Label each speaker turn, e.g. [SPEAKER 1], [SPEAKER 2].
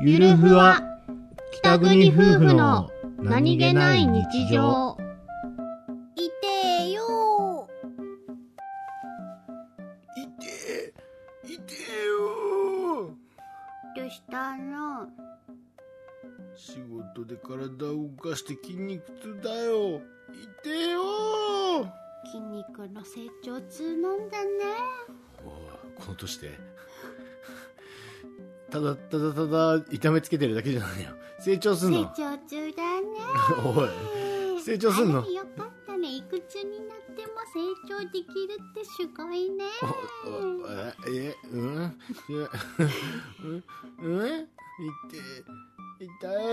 [SPEAKER 1] ゆるふわ北国夫婦の
[SPEAKER 2] いてよ
[SPEAKER 3] いてえいてえよ
[SPEAKER 2] どうしたの
[SPEAKER 3] 仕事で体を動かして筋肉痛だよいてえよ
[SPEAKER 2] 筋肉の成長痛なんだね
[SPEAKER 3] おうこの年で ただただただ痛めつけてるだけじゃないよ成長すん
[SPEAKER 2] 成
[SPEAKER 3] の
[SPEAKER 2] 長痛だね
[SPEAKER 3] おい成長すんの
[SPEAKER 2] あれよかったねいくつになっても成長できるってすごいね
[SPEAKER 3] おおええ うんいやうんうん痛い痛いよ